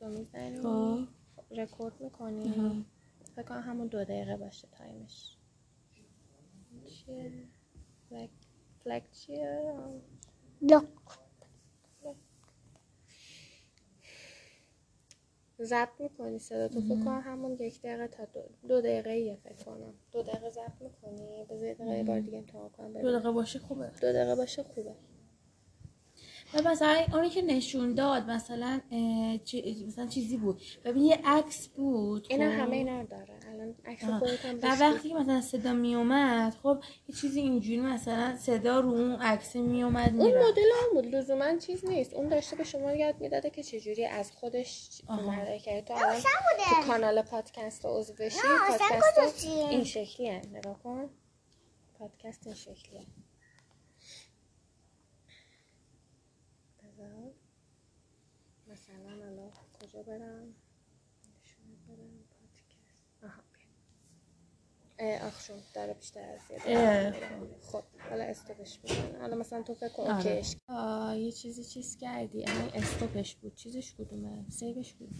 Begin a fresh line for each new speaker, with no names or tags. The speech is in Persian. رو میزنی
خب.
رکورد
آها.
میکنی فکر کنم همون دو دقیقه باشه تایمش چیه فلک فلک چیه
لاک
ضبط میکنی صدا تو فکر کنم همون یک دقیقه تا دو, دو دقیقه یه فکر کنم دو دقیقه ضبط میکنی بذار یه دقیقه یه بار دیگه امتحان کنم
دو
ببینم.
دقیقه باشه خوبه
دو دقیقه باشه خوبه
و مثلا اونی که نشون داد مثلا اه، چی- مثلا چیزی بود ببین یه عکس بود
اینا
خب.
همه اینا رو داره الان عکس
آها.
خودت هم
و
بشتی.
وقتی که مثلا صدا می اومد خب یه چیزی اینجوری مثلا صدا رو اون عکس می اومد
اون مدل هم بود لزوما چیز نیست اون داشته به شما یاد میداده که چجوری از خودش
آها.
اومده که تو الان
اصلا مدل.
تو کانال پادکست عضو بشی
نه، اصلا
پادکست
کجا چیه؟
این شکلی هن. نگاه کن پادکست این شکلی هن. بذار. مثلا الان کجا برم نشونه برم پادکست آها بیا. اه، آخ شون داره بیشتر از یه دقیقه. خب حالا استوپش بزن حالا مثلا تو فکر کن
آره.
اوکیش آه، یه چیزی چیز کردی الان استوپش بود چیزش کدومه سیوش بود